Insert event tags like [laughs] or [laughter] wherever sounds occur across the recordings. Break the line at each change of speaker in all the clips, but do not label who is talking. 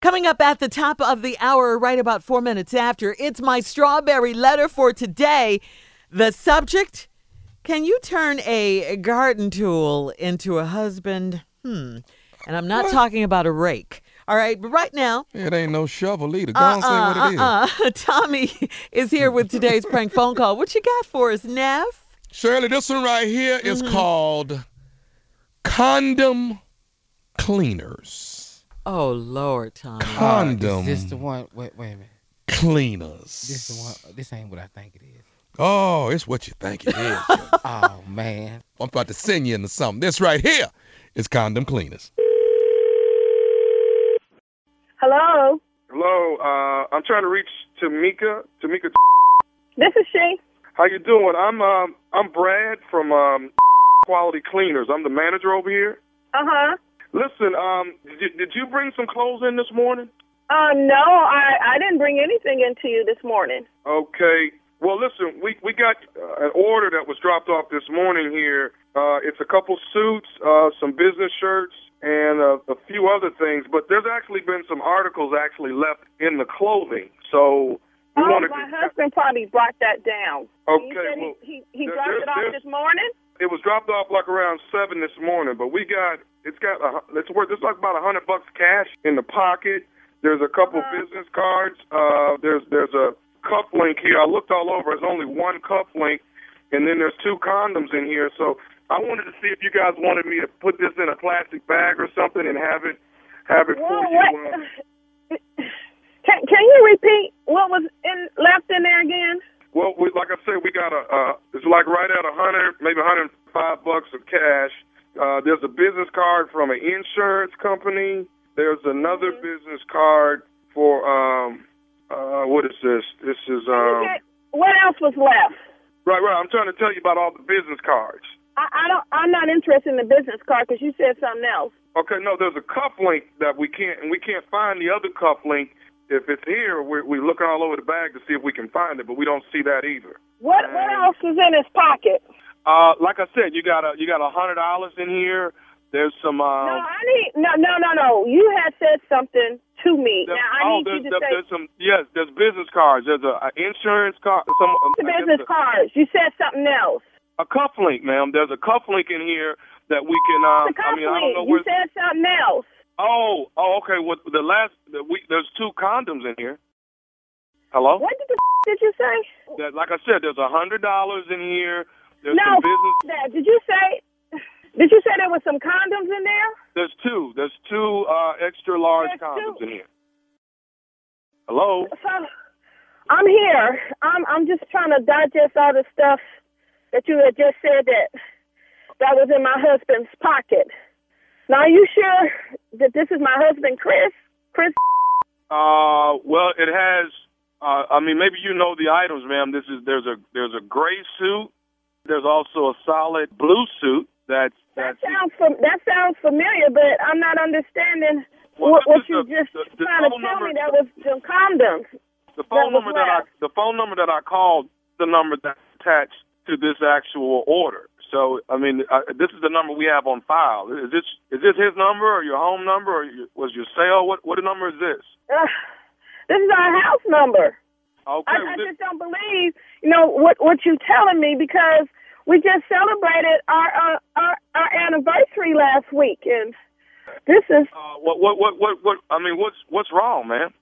Coming up at the top of the hour, right about four minutes after, it's my strawberry letter for today. The subject Can you turn a garden tool into a husband? Hmm. And I'm not talking about a rake. All right, but right now,
It ain't no shovel either. Go on and say what it is.
uh, [laughs] Tommy is here with today's prank phone call. What you got for us, Neff?
Shirley, this one right here is called condom cleaners.
Oh, Lord, Tommy.
Condom
Uh, Is this the one? Wait, wait a minute.
cleaners.
This the one. uh, This ain't what I think it is. [laughs]
Oh, it's what you think it is. Shirley.
Oh man.
I'm about to send you into something. This right here is condom cleaners.
Hello,
Hello, uh, I'm trying to reach Tamika. Tamika,
this is she.
how you doing? I'm um, I'm Brad from um, Quality Cleaners. I'm the manager over here.
Uh huh.
Listen, um, did you, did you bring some clothes in this morning?
Uh, no, I, I didn't bring anything into you this morning.
Okay. Well, listen, we we got uh, an order that was dropped off this morning here. Uh, it's a couple suits, uh, some business shirts, and uh, a few other things. But there's actually been some articles actually left in the clothing. So we
oh,
wanted
my
to.
husband probably brought that down.
Okay,
He said
well,
he, he, he
there-
dropped it
there-
off
there's-
this morning?
It was dropped off like around seven this morning, but we got it's got a, hu- it's worth it's like about a hundred bucks cash in the pocket. There's a couple business cards. Uh, there's there's a cuff link here. I looked all over. There's only one cuff link, and then there's two condoms in here. So I wanted to see if you guys wanted me to put this in a plastic bag or something and have it have it
Well,
for
what?
you. Uh,
[sighs] Can, can you repeat what was in left in there again?
Well, we, like I said, we got a. Uh, it's like right at a hundred, maybe hundred five bucks of cash. Uh, there's a business card from an insurance company. There's another business card for um, uh, what is this? This is um,
Okay, what else was left?
right, right. I'm trying to tell you about all the business cards.
I, I don't. I'm not interested in the business card because you said something else.
Okay, no, there's a cuff link that we can't, and we can't find the other cuff link. If it's here, we're, we're looking all over the bag to see if we can find it, but we don't see that either.
What What else was in his pocket?
Uh, like I said, you got a you got a hundred dollars in here. There's some. Um,
No, I need no, no, no, no. You had said something to me.
There-
now I
oh,
need
there's,
you to
there-
say
there's some yes, there's business cards. There's a, a insurance card. Some uh,
the
I guess
business
a,
cards. You said something else.
A cuff link, ma'am. There's a cuff link in here that we can. Um,
The
I
company.
mean, I don't know
you
where.
said something else.
oh, oh, okay. What the last? The, we, there's two condoms in here. Hello.
What did the [laughs] f- did you say?
That, like I said, there's a hundred dollars in here. There's
no,
some
f-
business.
that. Did you say? Did you say there was some condoms in there?
There's two. There's two uh, extra large
There's two.
condoms in here. Hello.
So, I'm here. I'm I'm just trying to digest all the stuff that you had just said that that was in my husband's pocket. Now, are you sure that this is my husband, Chris? Chris
Uh, well, it has. Uh, I mean, maybe you know the items, ma'am. This is there's a there's a gray suit. There's also a solid blue suit. That's
That
that's.
sounds fam- that sounds familiar, but I'm not understanding
Well,
what, what
this is
you
the-
just
the- the
trying to
phone
tell
number-
me. That was the condoms.
the phone
that was
number that I
left.
the phone number that I called the number that's attached to this actual order. So I mean, uh, this is the number we have on file. Is this is this his number or your home number or your, was your sale? What what number is this?
Ugh, this is our house number.
Okay,
I,
well,
I
this-
just don't believe you know what what you telling me because we just celebrated our uh, our our anniversary last week, and this is
uh, what, what what what what I mean, what's what's wrong, man?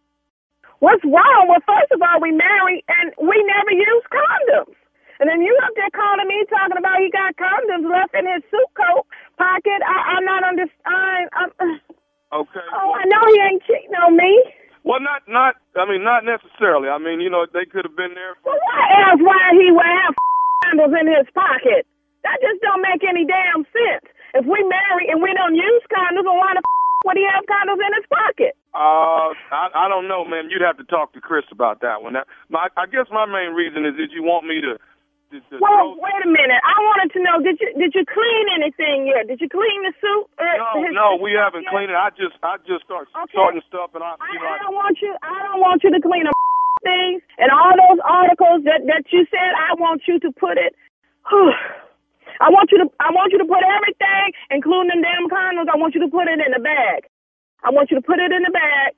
what's wrong. Well, first of all, we married and we never used condoms. And then you up there calling me talking about he got condoms left in his suit coat pocket. I, I'm not understand. I'm,
Okay.
Oh,
well-
I know he ain't cheating on me.
Well, not not. I mean, not necessarily. I mean, you know, they could have been there. For,
Well, why else why he would have candles in his pocket? That just don't make any damn sense. If we marry and we don't use condoms, then why the f- would he have condoms in his pocket?
uh, I, I don't know, ma'am. You'd have to talk to Chris about that one. Now, my, I guess my main reason is that you want me to. to, to
Well, wait a minute. I wanted to know did you did you clean anything yet? Did you clean the suit? Or
no,
his-
no, we haven't
yet?
cleaned it. I just, I just start
Okay.
sorting stuff, and I,
I,
you know,
I
I,
don't want you. I don't want you to clean up [laughs] things and all those articles that that you said. I want you to put it. I want you to. I want you to put everything, including them damn condoms. I want you to put it in the bag. I want you to put it in the bag.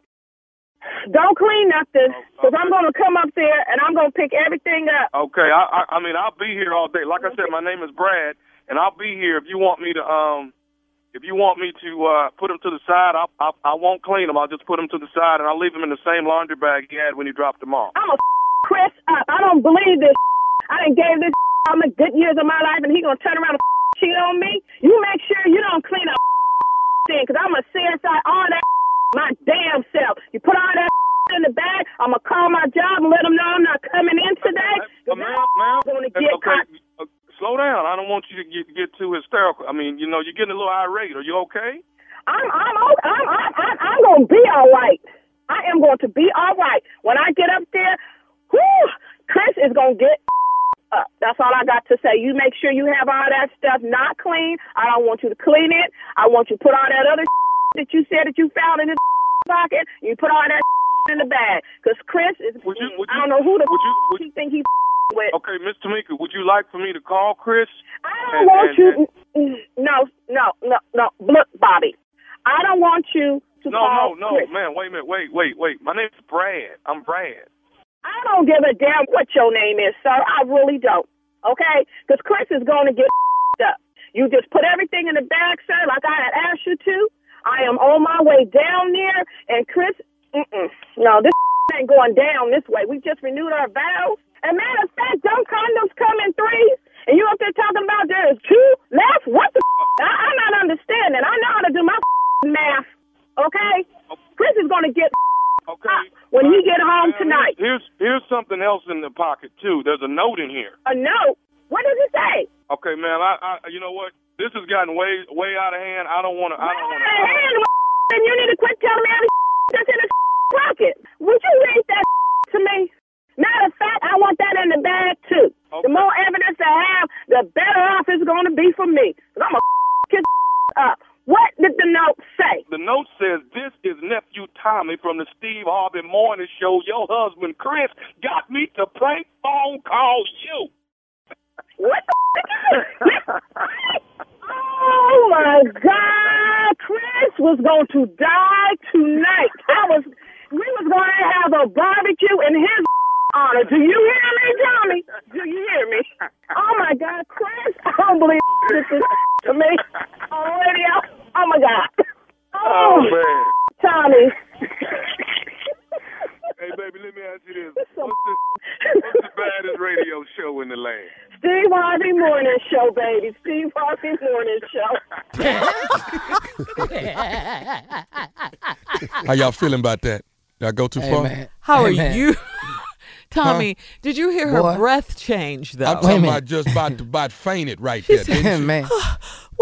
Don't clean nothing,
Oh,
because I'm going to come up there and I'm going to pick everything up.
Okay, I, I I mean I'll be here all day. Like I said, my name is Brad, and I'll be here if you want me to um if you want me to uh put them to the side. I I, I won't clean them. I'll just put them to the side, and I'll leave them in the same laundry bag he had when you dropped them off.
I'm going to Chris up. I don't believe this. I done gave this [laughs] all the good years of my life, and he going to turn around and [laughs] cheat on me. You make sure you don't clean up [laughs] thing, because I'm going to CSI all that [laughs] my damn self. You put all that [laughs] in the bag, I'm going to call my job and let them know I'm not coming in today. 'cause
Uh, ma'am, ma'am,
I'm [laughs] gonna
uh,
get
okay, uh, slow down. I don't want you to get, get too hysterical. I mean, you know, you're getting a little irate. Are you okay?
I'm I'm o- I'm I'm I'm, I'm going to be all right. I am going to be all right. When I get up there, whoo, Chris is going to get [laughs] up. That's all I got to say. You make sure you have all that stuff not clean. I don't want you to clean it. I want you to put all that other [laughs] that you said that you found in his [laughs] pocket. You put all that [laughs] in the bag because Chris is.
Would you- would
I
you-
don't know who the
would you- would-
[laughs] he think he with.
Okay, Miss Tamika, would you like for me to call Chris?
I
And-
don't want
and-
you. No, no, no, no. Look, Bobby, I don't want you to
No,
call
no, no,
Chris.
man. Wait a minute. Wait, wait, wait. My name's Brad. I'm Brad.
I don't give a damn what your name is, sir. I really don't. Okay? Because Chris is going to get [laughs] up. You just put everything in the bag, sir, like I had asked you to. I am on my way down there, and Chris, mm-mm. No, this [laughs] ain't going down this way. We just renewed our vows. And matter of fact, dumb condoms come in threes, and you up there talking about there is two left? What the? [laughs] I, I'm not understanding. I know how to do my [laughs] math, okay? Chris is going to get [laughs] up
Okay.
Ah, when he get home
Now,
tonight.
Here's here's something else in the pocket too. There's a note in here.
a note. What does it say?
Okay, man. I, I you know what? This has gotten way way out of hand. I don't want to. I don't want
Hey,
to.
hand with and you need to quit telling me every [laughs] that's in the pocket. Would you read that [laughs] to me? Matter of fact, I want that in the bag too. The
Okay.
more evidence I have, the better off it's going to be for me. i I'm a [laughs] kiss up. What did the note say?
The note says, "This is nephew Tommy from the Steve Harvey Morning Show. Your husband Chris got me to prank phone call you."
What the Oh my God! Chris was going to die tonight. I was, we was going to have a barbecue in his honor. Do you hear me, Tommy? Do you hear me? Oh my God, Chris! I don't believe this is to me already. Oh, oh my God! Oh,
man.
Tommy.
Hey, baby, let me ask you this: What's
so-
the, what's the baddest radio show in the land?
Steve Harvey Morning Show, baby. Steve Harvey Morning Show.
How y'all feeling about that? Did I go too far?
man.
How
Hey,
are
man.
you? [laughs] Tommy, did you hear her
Boy.
breath change though?
I'm
Wait a
talking
minute.
about just about to about fainted
[laughs]
right there. didn't you?
[laughs] man.
wait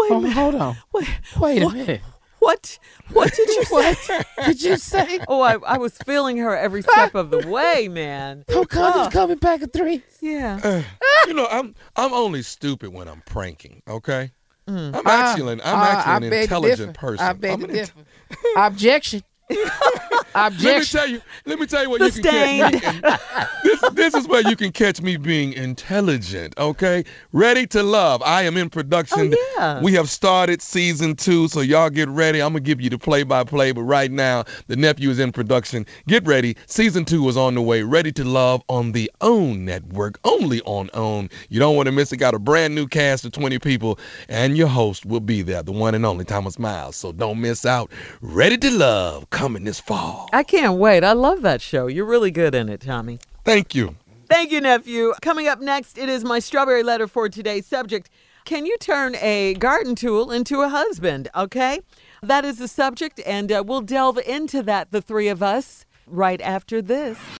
a
Hold,
minute.
hold on.
Wait,
Wait a
what-
minute.
What what did
[laughs]
you say?
Did you [laughs] say
oh, I, I was feeling her every step of the way, man.
Tom Collins
Oh,
coming back at three?
Yeah.
you know, I'm I'm only stupid when I'm pranking. Okay, I'm
Ah,
actually an, I'm
ah, I
actually an
beg to
intelligent
differ.
person.
I beg
I'm
to
an in-
differ.
[laughs]
Objection.
let me
Objection.
tell you. Let me tell you what you can
Sustained.
catch. Me in- this this is where you can catch me being intelligent. Okay, ready to love. I am in production.
Oh, yeah.
We have started season two, so y'all get ready. I'm gonna give you the play by play, but right now the nephew is in production. Get ready. Season two is on the way. Ready to love on the OWN network, only on OWN. You don't want to miss it. Got a brand new cast of 20 people, and your host will be there, the one and only Thomas Miles. So don't miss out. Ready to love coming this fall.
I can't wait. I love that show. You're really good in it, Tommy.
Thank you.
Thank you, nephew. Coming up next, it is my strawberry letter for today's subject. Can you turn a garden tool into a husband? Okay. That is the subject, and uh, we'll delve into that, the three of us, right after this.